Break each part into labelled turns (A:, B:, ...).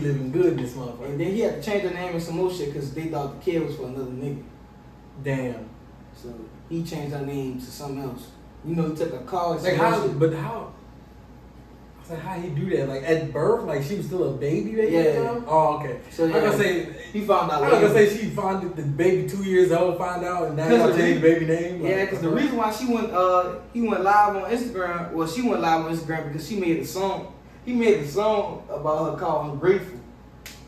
A: living good this
B: And
A: motherfucker.
B: then he had to change the name and some more shit because they thought the kid was for another nigga.
A: Damn.
B: So he changed her name to something else. You know, he took a call. and
A: Like
B: some
A: how?
B: other shit.
A: But how? I was like, how he do that? Like at birth, like she was still a baby. Baby
B: Yeah.
A: time? Oh, okay.
B: So,
A: I
B: yeah.
A: gotta say.
B: He found
A: I
B: out
A: was gonna
B: later.
A: say she found it- the baby two years old, find out, and now
B: 'Cause
A: y'all
B: the
A: change
B: re-
A: baby name.
B: Yeah, because the reason why she went, uh, he went live on Instagram. Well, she went live on Instagram because she made a song. He made a song about her called "Ungrateful"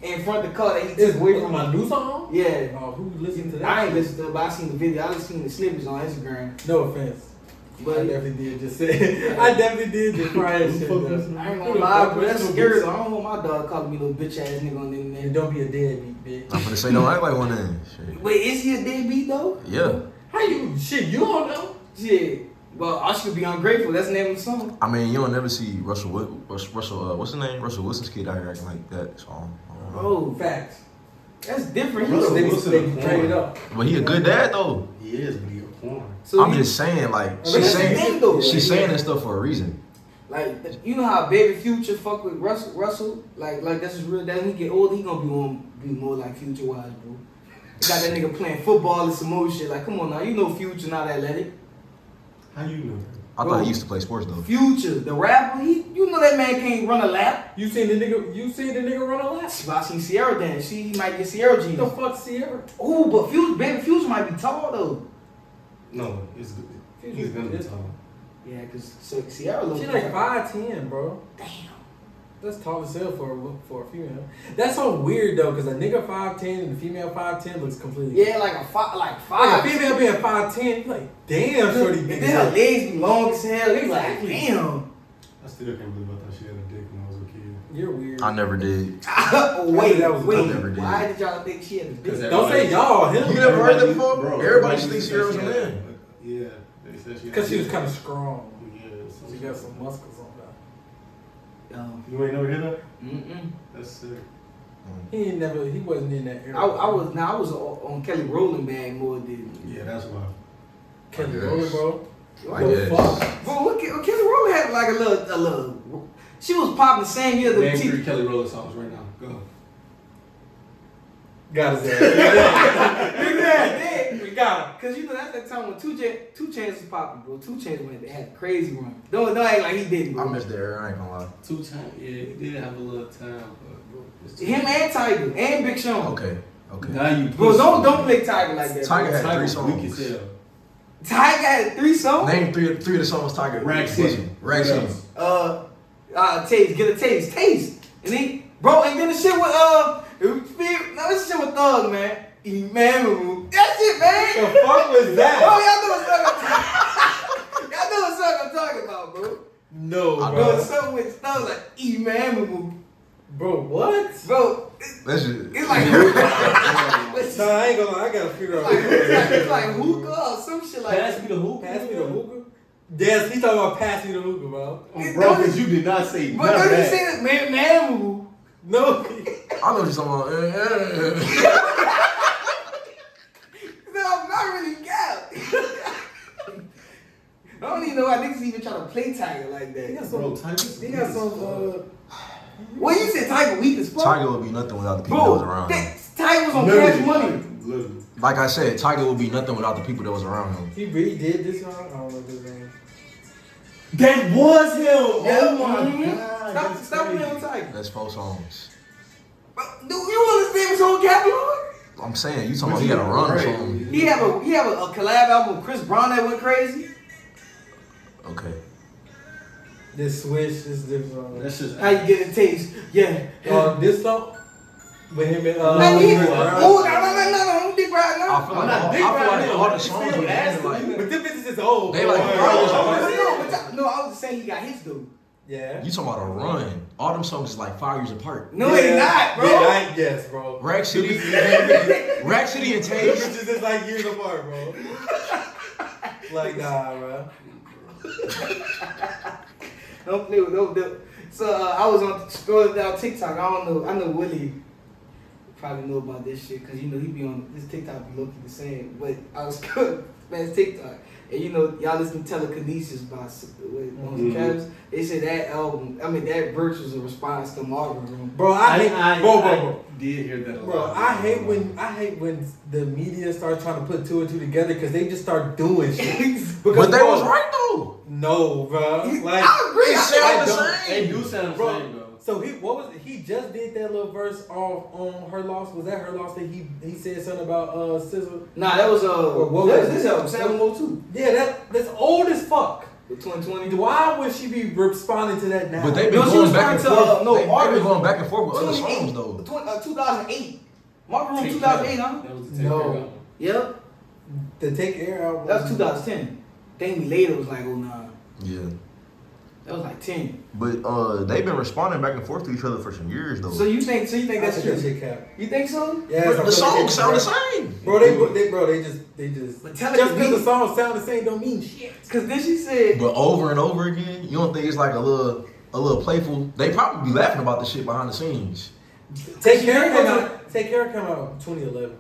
B: in front of the car that he
A: is
B: took away
A: from
B: from her.
A: my new song.
B: Yeah,
A: Oh, who listened to that?
B: I ain't
A: shit?
B: listened to it, but I seen the video. I just seen the snippets on Instagram.
A: No offense, but I
B: But
A: definitely did just say. I definitely did just cry and shit.
C: Fuck
A: though.
C: with you.
B: I ain't gonna lie, bro. That's scary. I don't want my dog calling me little bitch ass nigga on the
A: And
B: internet.
A: don't be a deadbeat, bitch.
D: I'm gonna say don't act like one then. Shit.
B: Wait, is he a deadbeat though?
D: Yeah.
A: How you? Shit, you don't know.
B: Shit. Well, I should be ungrateful. That's the name of the song.
D: I mean, you don't never see Russell, Wi- Russell, Russell uh, what's his name? Russell Wilson's kid out here acting like that. So, I don't know.
B: Bro,
A: Facts.
B: that's different. He
C: Russell
A: They,
B: was-
C: Wilson
A: they
C: a
A: trade it
C: corn.
A: up.
D: but he a good dad though.
C: He is, but he a porn.
B: so
D: I'm
B: he-
D: just saying, like
A: But that's
D: she's
A: the
D: saying,
B: thing, though.
D: she's saying that stuff for a reason.
B: Like th- you know how Baby Future fuck with Russell, Russell. Like like that's his real. That when he get older, he gonna be on, be more like Future wise, bro. Got that nigga playing football and some more shit. Like come on now, you know Future not athletic.
C: How you know?
D: I
B: Bro.
D: thought he used to play sports though.
B: Future, the rapper, he you know that man can't run a lap.
A: You seen the nigga? You seen the nigga run a lap?
B: But I seen Sierra dance. She he might get Sierra
A: What the
B: genius.
A: fuck, Sierra?
B: Ooh, but Future, Baby Future might be tall though.
C: No, it's good. He's gonna be tall.
B: Yeah, cause so Sierra look.
A: She like five ten, bro.
B: Damn.
A: That's tall as hell for a, for a female. That's so weird though, cause a nigga five ten and a female five ten looks completely.
B: Yeah, like a five, like
A: Like
B: five.
A: a female being five ten, like damn, shorty.
B: and
A: big
B: then
A: as
B: her
A: hell.
B: legs be long as hell. You like
A: Exactly.
B: damn.
C: I still can't believe I thought she had a dick when I was a kid.
A: You're weird.
D: I never did.
B: oh, wait,
A: that was-
B: wait.
D: I never did.
B: Why did y'all think she had a dick?
C: Cause
A: Don't say y'all. Him.
D: You never heard that before?
C: Bro,
D: Everybody
C: used to
D: thinks
C: say
D: Sierra was
C: she
D: a
C: had-
D: man.
C: Yeah, they said she. had
A: Cause she
C: a
A: was
C: dick.
A: kind of strong.
C: Yeah, so
A: She got some muscles on her.
B: Um,
C: You ain't never hear that?
B: mm-mm.
C: That's sick.
A: He ain't never. He wasn't in that era.
B: I, I was now I was o- on Kelly Rowland bag more than
C: Yeah, that's why.
A: Kelly
D: Yes.
A: Rowland, bro.
D: I
A: What the
D: guess.
A: fuck?
B: But what, Ke- Kelly Rowland had like a little a little. She was popping the same year the
C: Name
B: T.
C: three Kelly Rowland songs right now. Go.
A: Got his ass.
B: Yeah,
A: We got him.
B: Cause you know that's that time when two J, two chains was popping, bro. Two chains went had a crazy run. Don't don't act like he didn't,
D: I
B: bro.
D: missed the era. I ain't gonna lie.
C: Two time. Yeah, he did have a little time, but bro, it's too-
B: Him and Tiger and Big Sean.
D: Okay, okay.
C: Now you.
B: Bro, don't don't
C: play
B: play Tiger like that.
D: Tiger
B: bro.
D: had three
C: Weak as
D: songs.
C: hell.
B: Tiger had three songs.
D: Name three three of the songs Tiger.
C: Rack City.
D: Rack
C: What
D: City.
C: else?
B: uh, uh, taste, get a taste, taste. And then, bro, and then the shit with, uh, Fe- no, this shit with Thug, man. Emmanuel. That shit,
A: The
B: man.
A: fuck was
B: Bro,
A: that?
B: y'all know what song I'm talking Y'all know what song I'm talking about, bro.
A: No,
D: I
B: Bro,
A: bro.
B: it's something with Thug, like, Emmanuel.
A: Bro, what?
B: Bro,
D: That's just.
B: it's like, hookah.
C: Pass
B: it's
A: Nah, I ain't gonna. lie. I gotta figure out.
B: like, it's like, it's like hookah or some shit like that.
C: me the hoop.
A: Pass me the hookah. Yes, he talking about pass me the hookah, bro.
C: Bro, because you did not say
B: But
C: none of
B: don't you
C: that.
B: say that, man, Emmanuel?
A: No,
D: I know eh, what you're talking about.
B: No, I'm not really gapped. I don't even know why niggas even try to play Tiger like
A: he
B: that.
A: got
C: Bro,
A: some.
C: Tiger's
A: He got some. Uh,
B: Well, you said Tiger weak as fuck.
D: Tiger would be nothing without the people that was
B: Bro,
D: around him.
B: that, Tiger was on Cash Money.
C: Literally.
D: Like I said, Tiger would be nothing without the people that was around him.
A: he really did this song. I don't know his name.
C: That was him. Oh
B: Mhm.
C: my god.
B: Stop,
C: that's
B: stop
C: crazy.
B: playing with Tiger.
D: That's four songs.
B: Bro, do you understand his whole catalog?
D: I'm saying you talking
C: But
D: about
C: you
D: he had a
C: did
D: run
C: great.
D: song.
B: He have a he have a, a collab album with Chris Brown that went crazy.
D: Okay.
A: This switch, this different song.
C: That's just.
B: How you get a taste? Yeah.
A: Uh, this song with him and uh.
B: Man, he,
A: Chris
B: oh,
A: Brown.
B: no, no, no, no, don't dick right
D: I
B: now.
D: feel
C: I'm
D: like
C: not
D: all, I
C: big
D: feel
C: right
D: like
C: now.
D: all the
C: You
D: songs
C: feel
D: were
C: nasty.
D: like
A: But this bitch is just old.
D: They like-
A: boy.
B: No, no, but y'all- no, I was just saying he got his dude.
A: yeah.
D: you talking about a run. All them songs is like five years apart.
B: No, he not, bro.
A: Yeah, I guess, bro.
D: Rack City, Rack City and
A: These
D: Taste.
A: bitches is like years apart, bro. like nah, bro.
B: Don't play with no. no. So uh, I was on scrolling down TikTok. I don't know. I know Willie probably know about this shit because you know he be on this TikTok be looking the same. But I was scrolling man's TikTok. And you know, y'all listen to Telekinesis by S- with
C: Mhm.
B: mm They said that album, I mean, that verse was a response to Marvin Room.
A: Bro, I, hate. bro, bro, bro.
C: I did hear that a
A: Bro,
C: lot.
A: I hate when I hate when the media start trying to put two and two together because they just start doing shit. Because,
D: But they
A: bro,
D: was right though.
A: No, bro. Like,
B: I agree.
D: It
A: I
D: sound the
A: don't-
C: They
D: same.
C: do sound the
A: Bro.
C: same, bro.
A: so he what was it? he just did that little verse off on her loss? Was that her loss that he he said something about uh Sizzle?
B: Nah, that was, uh,
A: Well, what
B: that
A: was
B: was this
A: it?
B: album, 702,
A: Yeah, that that's old as fuck.
B: the 2020.
A: Why would she be responding to that now?
D: But they been
B: No, she was
D: going back and
B: trying to, uh,
D: forth.
B: no,
D: they, they
B: Marvin-
D: been going back and forth with other
B: 28
D: songs though.
B: twen- uh, 2008. Marvin Room,
C: Take
B: 2008,
C: Care.
B: huh?
C: That was the Take
A: No.
C: Care album.
B: Yep,
A: the Take Air album.
B: that was 2010. Then later was like, oh, nah.
D: Yeah.
B: That was like 10.
D: But uh, they've been responding back and forth to each other for some years though.
B: So you think, so you think
A: I
B: that's
A: think
B: true?
A: that shit cap.
B: You think so?
A: Yeah,
D: but
A: I
D: the
A: feel like
D: songs
A: they-
D: sound the same.
A: Bro, they, they bro, they just they just
B: But
A: just
B: Telekinesis-
A: because the songs sound the same don't mean shit.
B: Because then she said,
D: But over and over again, you don't think it's like a little a little playful. They probably be laughing about the shit behind the scenes.
A: Take care come out. Take care come out 2011.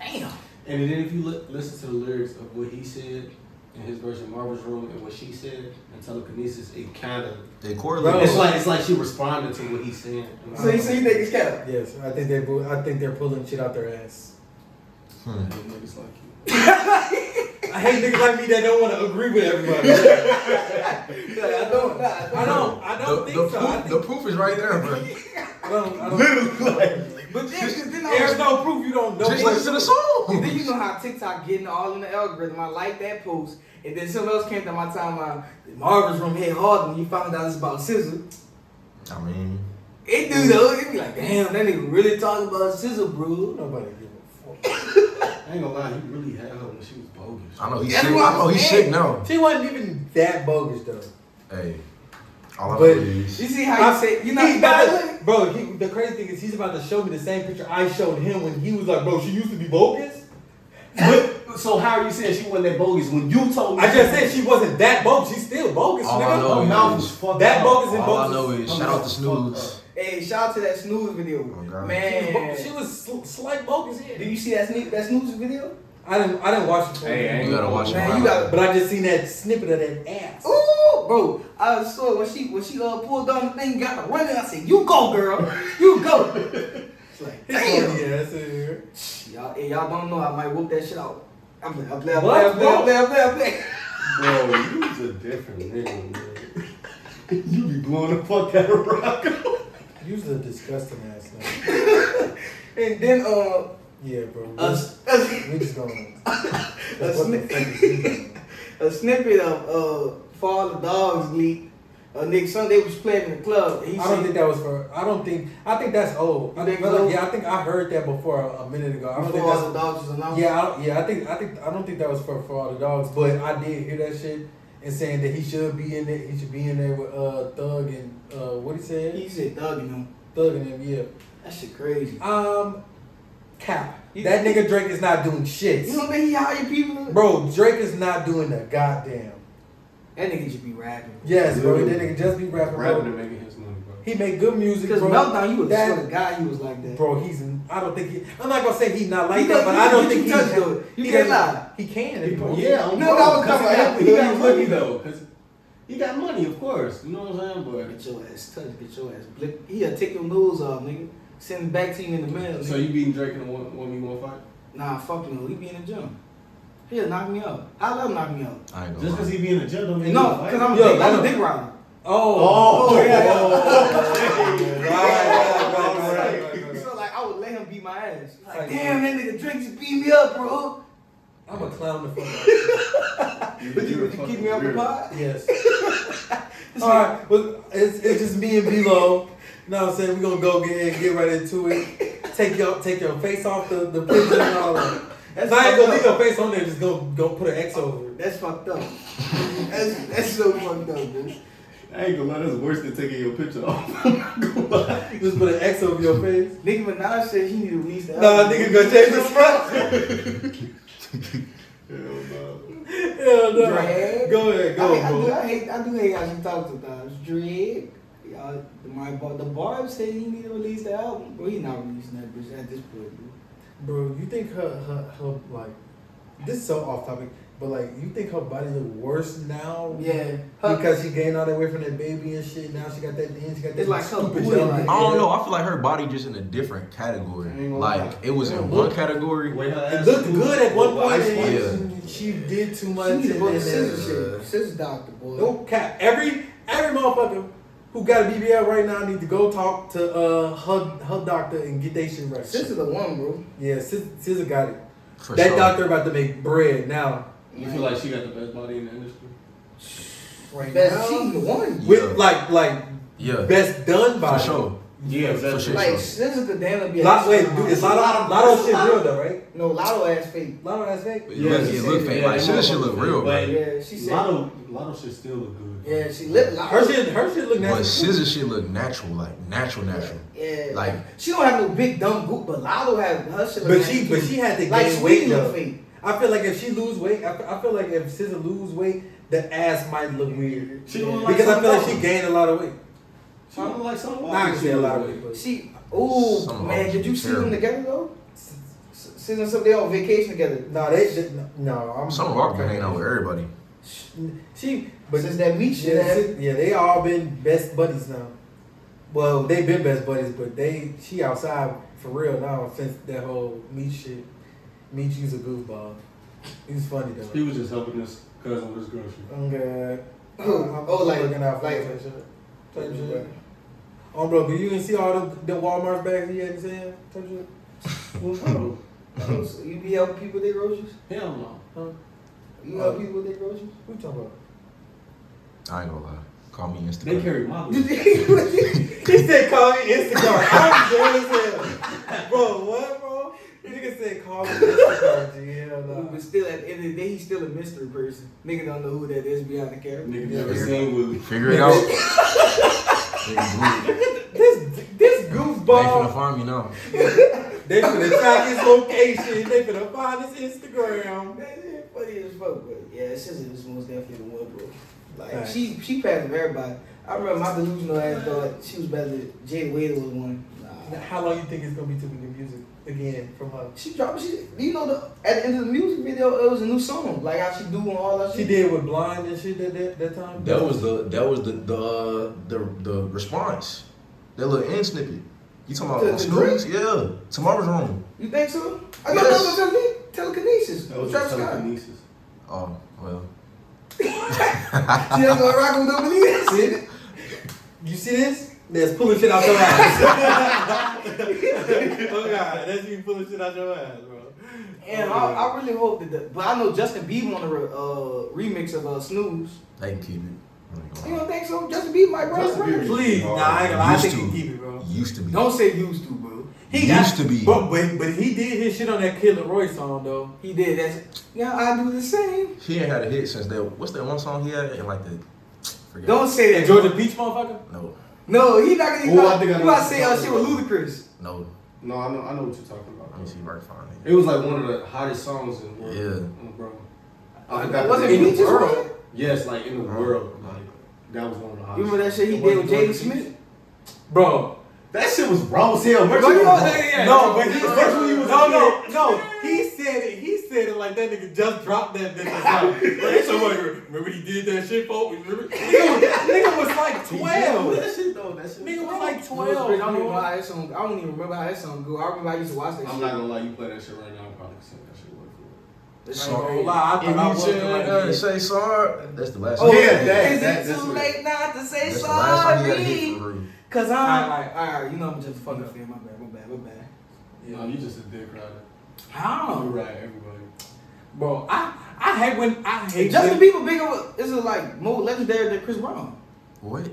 B: damn.
C: And then if you li- listen to the lyrics of what he said in his version of Marvin's Room and what she said in Telekinesis, it kind of
D: They correlate.
C: it's like it's like she responded to what he's saying.
B: So you, so you think it's cap?
A: Yes, I think they bu- I think they're pulling shit out their ass.
C: I
D: Hmm.
C: hate niggas like you.
A: I hate niggas like me that don't want to agree with everybody.
B: Like, I don't, nah, I
A: I
B: don't.
A: don't I
D: The,
A: don't
D: the,
A: think so. I
D: proof,
A: think,
D: the proof is right there, bro.
A: I don't, I don't,
D: Literally,
B: But then, 'cause then I
A: there's
B: was-
A: no proof you don't know.
D: just listen to the song.
B: And then you know how TikTok getting all in the algorithm. I like that post, and then someone else came to my timeline. Marvin's room hit hard, and you found out it's about Scissor.
D: I mean,
B: It
D: Mm.
B: do though. It be like, damn, that nigga really talking about Scissor, bro.
A: Nobody give a fuck.
C: I ain't gonna lie, he really had her when she was bogus.
D: I know he's
B: That's
D: sick.
B: what
D: I know
B: I'm
D: he's
B: saying.
D: sick now.
A: She wasn't even that bogus though.
D: Hey, all I know
A: But-
D: is
B: You see how you say you know
A: he's
B: you
A: about
B: gotta
A: to, bro. He, the crazy thing is he's about to show me the same picture I showed him when he was like, bro, she used to be bogus.
C: But, so how are you saying she wasn't that bogus when you told me?
A: I just said she wasn't that bogus. She's still bogus,
D: All I
A: nigga.
D: know
C: Her
D: is-
C: mouth was fucked
A: That
C: up.
A: bogus and
D: all I
A: bogus.
D: know is shout out to Snooze.
B: Hey, shout out to that snooze video,
D: Oh, God.
A: She was
B: man.
A: bogus. She was sl- slight bogus here.
B: Did you see that sneak that snooze video?
A: I didn't. I didn't watch the full
C: Hey, I
A: movie,
D: You gotta watch it.
B: Man, you gotta-
A: but I just seen that snippet of that ass.
B: Ooh, bro, I saw when she when she uh, pulled down the thing, got her running. I said, "You go, girl, you go." It's like,
A: His
B: damn.
A: funny ass in here.
B: Y'all, hey, y'all don't know, I might whoop that shit out. I'm play, I'm play, I'm play,
A: What,
B: I'm play, I'm play, I'm play, I'm play.
C: Bro, you was a different nigga, man. You be blowing the fuck out of Rocco.
A: You was a disgusting ass. Nigga.
B: And then, uh,
A: Yeah, bro.
B: a, s- a s-
A: we just going.
B: a
A: what the
B: sni-
A: fuck is he doing?
B: a snippet of, uh, For All the Dogs leak. Uh, Nick Sunday was playing in the club. And he
A: I don't
B: said-
A: think that was for. I don't think. I think that's old. I
B: You think
A: think,
B: it's old?
A: yeah, I think I heard that before a, a minute ago. I don't
B: For
A: think
B: All
A: that's
B: the Dogs was announced.
A: Yeah, I, yeah, I think I think I don't think that was for, for all the dogs, but I did hear that shit and saying that he should be in there. He should be in there with uh Thug and uh what he said,
B: He said, thugging him.
A: Thug and him. Yeah.
B: That shit crazy.
A: Um, cap.
B: You-
A: That nigga Drake is not doing shit,
B: You don't think he hired people? to-
A: bro. Drake is not doing a goddamn.
B: That nigga just be rapping.
A: Yes, bro. That nigga just be rapping.
C: Rapping and
A: Bro.
C: making his money, bro.
A: He make good music,
B: Because
A: bro.
B: Meltdown, you would
A: That-
B: swear to God he was like that.
A: Bro, he's. I don't think he. I'm not gonna say he's not like
B: He
A: that,
B: does-
A: but
B: he-
A: I don't
B: you
A: think he.
B: touched though. You
A: he
B: can't
A: doesn't-
B: lie.
A: He can.
C: He-
A: if he
C: yeah, I'm
B: No, that was
C: Cause
B: covered.
C: he got- He
B: He
C: got
B: was
C: money
B: looking.
C: though, cause he got money, of course. You know what I'm saying,
B: Get your ass touched, get your ass blipped. He'll take your nose off, nigga. Send it back to you in the mail.
C: but.
B: nigga.
C: So you beating Drake in a one one v one fight?
B: Nah, fuck no. He be in the gym. He'll knock me up. I love knock me up.
D: I ain't
C: Just
D: gonna
C: cause
D: lie.
C: he be in the gym don't mean
B: No,
C: he a
B: cause I'm a
A: Yo,
B: big, I'm
A: no.
B: a big rider.
A: Oh.
B: Oh, yeah, yeah.
A: Right, right, right, right, right, right.
B: So like, I would let him beat my ass. Like,
A: Right.
B: damn, that nigga Drake just beat me up, bro.
A: I'm a clown to fuck.
B: But you,
C: you're a
B: would you keep
C: fucking
B: me up the
C: weirdo.
B: pod?
A: Yes. All right. Well, it's, it's just me and B-Lo. You know what I'm saying? We're going to go ahead and get right into it. Take your take your face off the, the picture and all that.
B: That's
A: If I ain't going to leave
B: fucked
A: your
B: up.
A: face on there. Just go, go put an X over it.
B: That's fucked up. that's that's so fucked up, dude.
C: I ain't gonna lie, that's worse than taking your picture off. I'm not gonna lie.
A: Just put an X over your face.
B: Nicki Minaj said he need to release the
A: Nah, nigga gonna change his front.
C: Hell no.
A: Hell no.
B: Drag.
A: Go ahead, go,
B: I, I, do,
A: bro.
B: I hate I do hate how she talks sometimes. Drake, y'all, my bar, the barb said he need to release the album, bro. He not releasing that bitch at this point, bro.
A: Bro, you think her, her, her like, this is so off topic. But like, you think her body look worse now?
B: Yeah. Her,
A: Because she gained all that weight from that baby and shit. Now she got that. Then she got that
B: It's like her
A: stupid.
B: booty,
A: dumb-
B: like-
D: I don't know. I feel like her body just in a different
B: I ain't
D: category.
B: gonna
D: Like it was
A: Yeah,
D: in
A: look-
D: one category.
C: When her
A: It
C: ass
A: looked
C: was-
A: good at one
C: was
A: point.
C: ice
A: and
D: Yeah.
C: white.
A: then she did too much.
B: she need to
A: and
B: go to
A: then-
B: scissors
D: uh,
B: shit. Scissors doctor, boy.
A: No cap. Every every motherfucker who got a BBL right now need to go talk to uh her her doctor and get their shit right.
B: Scissors the one, bro.
A: Yeah, Sis- Scissor got it.
D: For
A: that
D: sure.
A: doctor about to make bread now.
C: You feel like she got the best body in the industry?
A: Right
B: Best, she the one.
A: With
D: Yeah.
A: like like
D: Yeah.
A: best done by.
D: For sure.
C: Yeah,
D: For
C: that's
D: sure.
B: Like Scissors could damn near be. a
A: Lot, wait,
B: star.
A: dude, it's lot of lot of shit real though, right?
B: No, Lotto ass fake.
A: Lot of that's fake.
D: It look, it look fake. Like shit, shit look real,
C: But
D: bro.
B: Yeah, she said.
C: Lotto, Lotto shit still look good.
B: Yeah, she lit Lotto.
A: Her shit, her shit look
D: But
A: nasty.
D: scissor shit look natural, like natural, natural.
B: Yeah.
D: Like-
B: she don't have no big dumb goop, but Lotto have her shit.
A: But,
B: look nasty
A: she, but
B: too.
A: she had to gain
B: like
A: weight
B: Sweetie
A: though.
B: look fake.
A: I feel like if she lose weight, I, fe- I feel like if Scissor lose weight, the ass might look weird.
C: She don't look like
A: Because I feel like
C: something.
A: she gained a lot of weight.
C: She look like some
A: Nah, I can say a lot of weight, but
B: She, ooh
D: Some
B: man,
D: of
B: did
D: them
B: you see them
D: terrible.
B: together though? Season something they on vacation together.
A: no, they should no. I'm
D: Some of our hang out with everybody.
A: She,
B: But
A: but
B: since that meat shit,
A: yeah,
B: happened,
A: Si- yeah, they all been best buddies now. Well, they been best buddies, but they she outside for real now since that whole meat shit. Meat, you's a goofball. He's funny though.
C: He was just helping his cousin with his grocery.
A: I'm good.
B: Who? Oh, like- like-
A: type shit. Type shit. Oh, bro, but you didn't see all the, the Walmart bags he had in his hand? Type shit?
C: Well,
B: So you be helping people with their groceries?
C: "Oh, hell no.
B: You help people with their groceries?
A: What you talking about?
D: I ain't gonna lie. Call me
C: They
D: Instagram.
C: carry my weight.
B: Did
A: He said, call me Instacart. I'm dead as hell. Bro, what, bro? This nigga said, call me Instacart, G. Hell no.
B: uh, but still, at the end of the day, he's still a mystery person. Nigga don't know who that is behind the camera.
C: Nigga never seen Willie.
D: Figure it out. Nigga, Blue,
A: This, this
D: They finna
A: goofball,
D: find me now.
A: they finna track his location. They finna find his Instagram.
B: That shit funny as fuck, but yeah, Scissor was most definitely the one, bro. Like
A: Thanks.
B: she, she passed everybody. I remember my delusional ass thought she was better. than Jay Wade was one. Nah.
A: How long you think it's gonna be till we get music again from her?
B: She dropped. She, you know, the, at the end of the music video, it was a new song. Like how she doing all that
A: She
B: shit.
A: did with Blind and shit that, that, that time?
D: That was the that was the the uh, the, the response. That little end snippet. You talking about
B: The-
D: on
B: the
D: Snoop's? Yeah. Tomorrow's room.
B: You think so? I got
D: Yes.
B: another tele- telekinesis.
C: That was
B: Travis
C: just
B: Scott.
C: telekinesis.
D: Oh well.
B: She ain't gonna rock with nobody else.
A: See? You see this? That's pulling shit out your ass. oh god, that's you pulling shit out your ass, bro.
B: And I, I really hope that. The, but I know Justin Bieber on the re, uh, remix of uh, Snooze.
D: They can keep it. I ain't gonna
B: You
D: lie.
B: don't think so? Justin Bieber might break
C: Justin
B: record.
C: Bieber.
A: Please, nah, I, ain't gonna lie, I
D: Oh, Used
A: think
D: to.
A: he keep it, bro.
D: Used to be.
B: Don't say used to, bro.
A: He
D: Used to be.
A: but, but but he did his shit on that Killer Roy song though.
B: He did. That's now I do the same.
D: He ain't had a hit since that. What's that one song he had? And like the. Forget.
B: Don't say
A: That
B: that.
A: Georgia Peach motherfucker.
D: No.
B: No, he not gonna. He
C: Oh, I
B: not,
C: think I
B: you
C: know
B: about to
C: what
B: say
C: you're
B: uh, shit with
C: talking
B: Ludacris?
D: No.
C: No, I know, I know what you're talking
D: Let me
C: about.
D: see if I can find it.
C: It was like one of the hottest songs in the world.
D: Yeah.
C: Oh, bro. I forgot the
B: Was it
C: name.
A: the
B: Peaches?
A: world.
B: one?
C: Yes, like in the
D: Uh-huh.
C: world. Like, that was one of the hottest.
B: You remember that shit he
A: It
B: did
A: wasn't
B: with
A: Georgia
B: Jaden
A: Peach.
B: Smith?
A: Bro.
C: That shit was raw as hell. Merch
B: Bro, you
C: was
B: know-
C: raw.
B: yeah,
A: no, but he,
B: Georgia Peach.
A: first when he was no, no, no. He said it. He said it like that nigga just dropped that bitch. Like, like, somebody remember he did that shit, folks. Remember? Nigga, was- nigga was like twelve.
C: That shit though, that shit was-
A: Nigga was like
B: No, it's
A: twelve.
B: crazy. I don't even know
A: bro.
B: how that song. I don't even remember how that song go. I remember I used to watch that
C: I'm
B: shit.
C: not gonna lie, you play that shit right now, I'm probably gonna sing that shit with you.
B: It's
D: Sorry.
B: like-
A: I ain't gonna lie, I
D: If
A: thought I
D: you
A: was
D: said,
A: gonna
D: uh,
A: like,
D: say sorry, that's the last.
B: Oh,
D: song.
C: Yeah, that-
B: is
C: that-
B: it
C: that's
B: too
C: what-
B: late not to say
D: That's the last time he had a
B: sorry?
D: hit for real.
B: Cause
A: All
B: I'm.
A: right,
B: all right, you know I'm just a fucking fan. My bad, my bad, my bad.
C: No, you just a dick rider.
B: How?
C: You ride everybody.
A: bro, I I hate when I hate
B: Justin
A: when-
B: Bieber bigger. wa- This is like more legendary than Chris Brown.
D: What?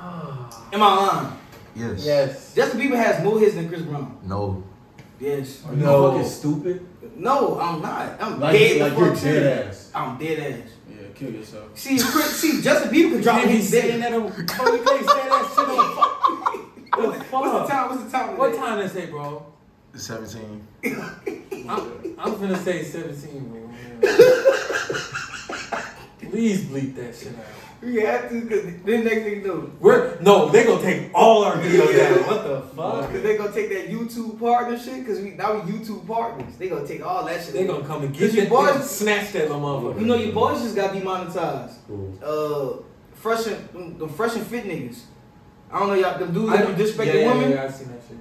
B: Am I lying?
D: Yes.
A: Yes.
B: Justin Bieber has more hits than Chris Brown.
D: No.
B: Yes.
C: Are you
A: No.
C: fucking stupid?
B: No, I'm not. I'm
C: Like,
B: dead.
C: like
B: the
C: you're
B: fuck
C: dead
B: serious.
C: ass.
B: I'm dead ass.
C: Yeah, kill yourself.
B: See, Chris, see, Justin Bieber could drop
A: Nigga,
B: hits.
A: saying
B: bigger.
A: that on- bro, you can't say that shit on
B: What's the
A: fuck?
B: time? What's the time?
A: What time is it, bro?
D: Seventeen.
A: I'm, I'm gonna say 17, man. Please bleep that shit out.
B: We have to, cause then next thing you know,
A: We're no, they gonna take all our videos down. What the fuck?
B: cause they gonna take that YouTube partner shit, cause we now we YouTube partners. They gonna take all that shit.
A: They gonna come and
B: Cause
A: get
B: your
A: you, boy.
B: boys-
A: Snatch that little motherfucker.
B: you know your boys just got demonetized.
C: Cool.
B: Uh, fresh and them- them fresh and fit niggas. I don't know y'all them dudes
A: I
B: that
A: don't
B: be
A: yeah,
B: disrespecting
A: yeah,
B: women.
A: Yeah, I seen that shit.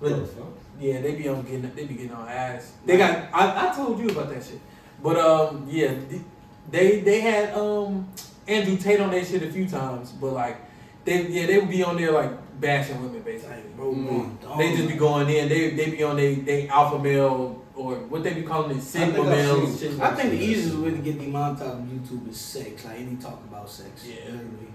A: But
C: What the fuck?
A: Yeah, they be on getting they be getting on ass. They got I, I told you about that shit. But um yeah, th- they they had um Andrew Tate on that shit a few times, but like they yeah, they would be on there like bashing women basically.
B: Like, bro,
C: Mm.
B: bro,
A: Mm-hmm. They just be going in, they they be on they they alpha male or what they be calling it sigma
C: think I've
A: males.
C: seen-
A: shit
B: I
A: like
B: think the
A: that.
B: easiest way to get demonetized on YouTube is sex. Like any talk about sex.
A: Yeah.
B: Literally.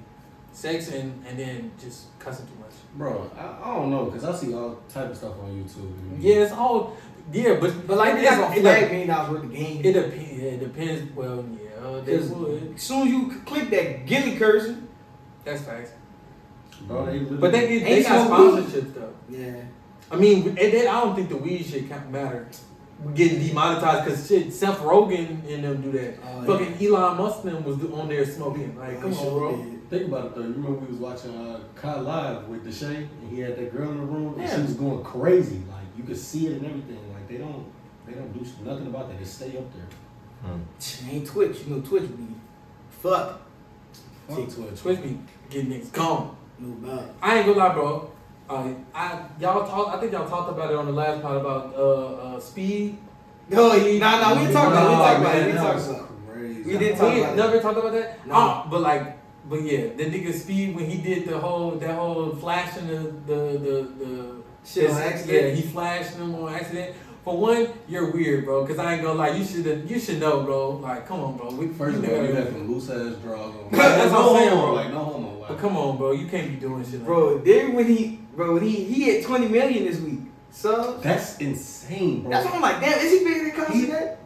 A: sex and and then just cussing too much.
C: Bro, I, I don't know, because I see all type of stuff on YouTube.
A: Yeah, it's all yeah, but
B: But like they
A: it's,
B: got
A: it,
B: to flag
A: like,
B: me and I was with the game.
A: it depends. It depends. Well, yeah, they
B: Cause
A: would.
B: As soon as you c- click that gilly cursor,
A: That's facts.
C: Bro, they literally-
A: But they get they
B: Ain't
A: got
B: no weed.
A: sponsorships though.
B: yeah,
A: I mean, and then I don't think the weed shit ca- matter. We're getting demonetized because shit, Seth Rogen and them do that.
B: Oh,
A: Fucking Elon Musk and them was on there smoking. Like, come on, bro.
C: Think about it though. You remember we was watching uh, Kai Live with Deshane, and he had that girl in the room, and
A: Yeah.
C: she was going crazy. Like you could see it and everything. Like they don't, they don't do nothing about that. They stay up there.
B: Ain't Twitch, you know Twitch be fuck
C: Fuck Twitch.
A: Twitch be getting niggas gone.
B: no bad.
A: I ain't gonna lie, bro. Uh, I y'all talk. I think y'all talked about it on the last part about uh, uh speed.
B: No, nah, nah, we didn't talk about it. We
A: Nah, man, that
B: talked about it. We talked
A: was
B: about it.
C: Crazy.
B: We did
A: We
B: talk about
A: ain't
B: it.
A: never talked about that.
B: No.
A: Oh, but like, but yeah, the nigga speed when he did the whole that whole flashing the the the, the
B: Shit on
A: his-
B: accident?
A: Yeah, he flashed him on accident. For one, you're weird, bro. Cause I ain't gonna lie, you should you should know, bro. Like, come on, bro. We
C: First
A: you
C: of all, you
A: never-
C: had some loose ass draws on.
A: That's what I'm saying, bro.
C: Like no homo. Like,
A: But come on, bro. You can't be doing shit, like
B: Bro, then when he bro when he he hit twenty million this week. So
C: That's insane, bro.
B: that's what I'm like, damn, is he bigger than Kelsey that?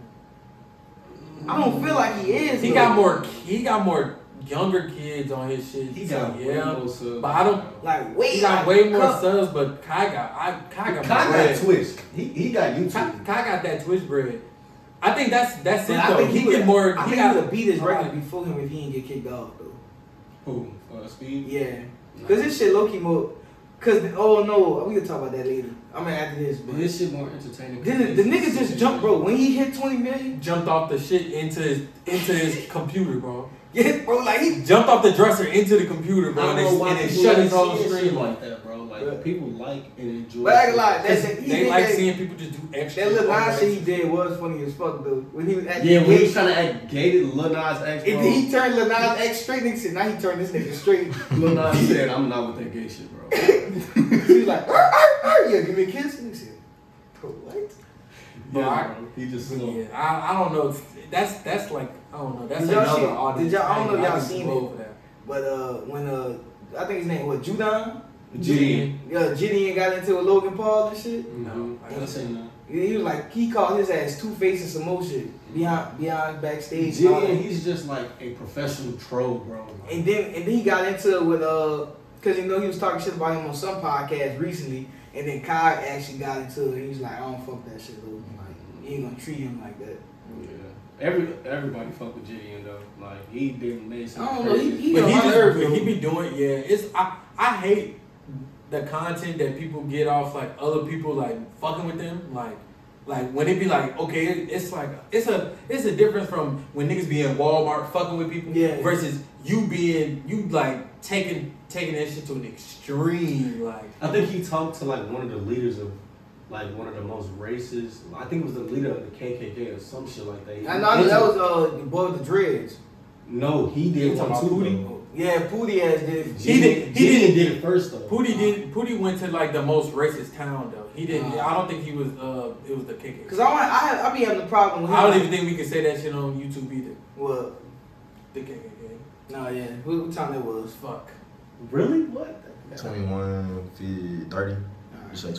B: I don't feel like he
A: that.
B: is.
A: He
B: though.
A: got more. He got more younger kids on his shit.
C: He
A: so,
C: got way
A: yeah.
C: more subs.
A: But I don't-
B: like way
A: He got
B: like,
A: way more
B: cup.
A: subs, but Kai got I Kai got
C: Kai
A: bread.
C: got Twitch. He he got
A: Kai,
C: YouTube.
A: Kai got that Twitch bread. I think that's that's
B: But
A: it
B: I
A: though.
B: think
A: He,
B: he would-
A: get more.
B: I
A: He
B: think he
A: got
B: would beat his record before him if he didn't get kicked off though.
C: Who? Uh, speed.
B: Yeah. Cause this shit low key more. Cause oh no, we gonna talk about that later. I'm gonna after this,
C: But
B: but
C: his shit more entertaining.
B: then the, the nigga just jumped, bro. When he hit 20 million,
A: jumped off the shit into his into his computer, bro.
B: yeah, bro, like he,
A: Jumped off the dresser into the computer, bro, and, they, and they
C: people
A: shut
C: like
A: his whole
C: seeing shit
A: screen off.
C: like that, bro. Like
B: Bruh.
C: people like and enjoy.
B: but I ain't
C: shit.
B: lie, that shit, he
A: They
B: did
A: like
B: that,
A: seeing people just do extra.
B: that little line shit
A: shit.
B: he did was funny as fuck though. When he was at
C: Yeah, when
B: he,
C: he's trying to act gated, Lil Nas X.
B: if
C: Bro,
B: he turned Lil Nas X straight, nigga said, now he turned this nigga straight.
C: Lil Nas said, "I'm not with that gay shit, bro."
B: he was like, "Arr, arr, arr, yeah, give me a kiss. Nigga said, bro, what?
A: Yeah.
C: yeah, bro. He just slow.
A: Yeah, I, I don't know. That's that's like I don't know. That's
B: Did y'all
A: another
B: see-
A: audience.
B: did y'all- I don't
A: thing.
B: know if y'all
A: just
B: seen
A: roll
B: it.
A: for that.
B: But uh, when uh, I think his name was Judon.
C: G.
B: Yeah, Gideon got into it with Logan Paul and shit.
A: No, I
C: I ain't
A: guess
C: saying nothing.
B: Yeah, he was like he called his ass two face and some more shit behind behind backstage. and all that.
C: G, he's just like a professional troll, bro.
B: And then and then he got into it with uh, cause you know he was talking shit about him on some podcast recently, and then Kyle actually got into it. And he was like, I don't fuck that shit, Logan. Like, you ain't gonna treat him like that.
C: Yeah. Every everybody fuck with Gideon though. Like he didn't make some.
B: I don't know, he-
C: crazy-
B: he-
A: But he
B: on my nerves,
A: just but
B: though.
A: he be doing yeah. It's I I hate the content that people get off like other people like fucking with them like like when it be like okay it- it's like it's a it's a difference from when niggas be in Walmart fucking with people
B: Yeah.
A: versus you being you like taking taking that shit to an extreme like
C: I think he talked to like one of the leaders of like one of the most racist. I think it was the leader of the KKK or some shit like that.
B: I know I know that was uh the boy with the dreads.
C: No, he
A: You
C: did
A: talking
C: one
A: about Pootie?
C: too. though.
B: Yeah, Pooty ass did. it.
A: He did- he
C: Gideon
A: did-
C: did it first though.
A: Pooty did Pooty went to like the most racist town though he didn't
B: Uh.
A: I don't think he was uh it was the KKK
B: Cause I want I I be having a problem with him.
A: I don't even think we can say that shit on YouTube either
B: Well,
A: the KKK
B: no, yeah. What, what time that was?
A: fuck.
C: Really? What?
D: 21, 30.
B: All right.
D: Just like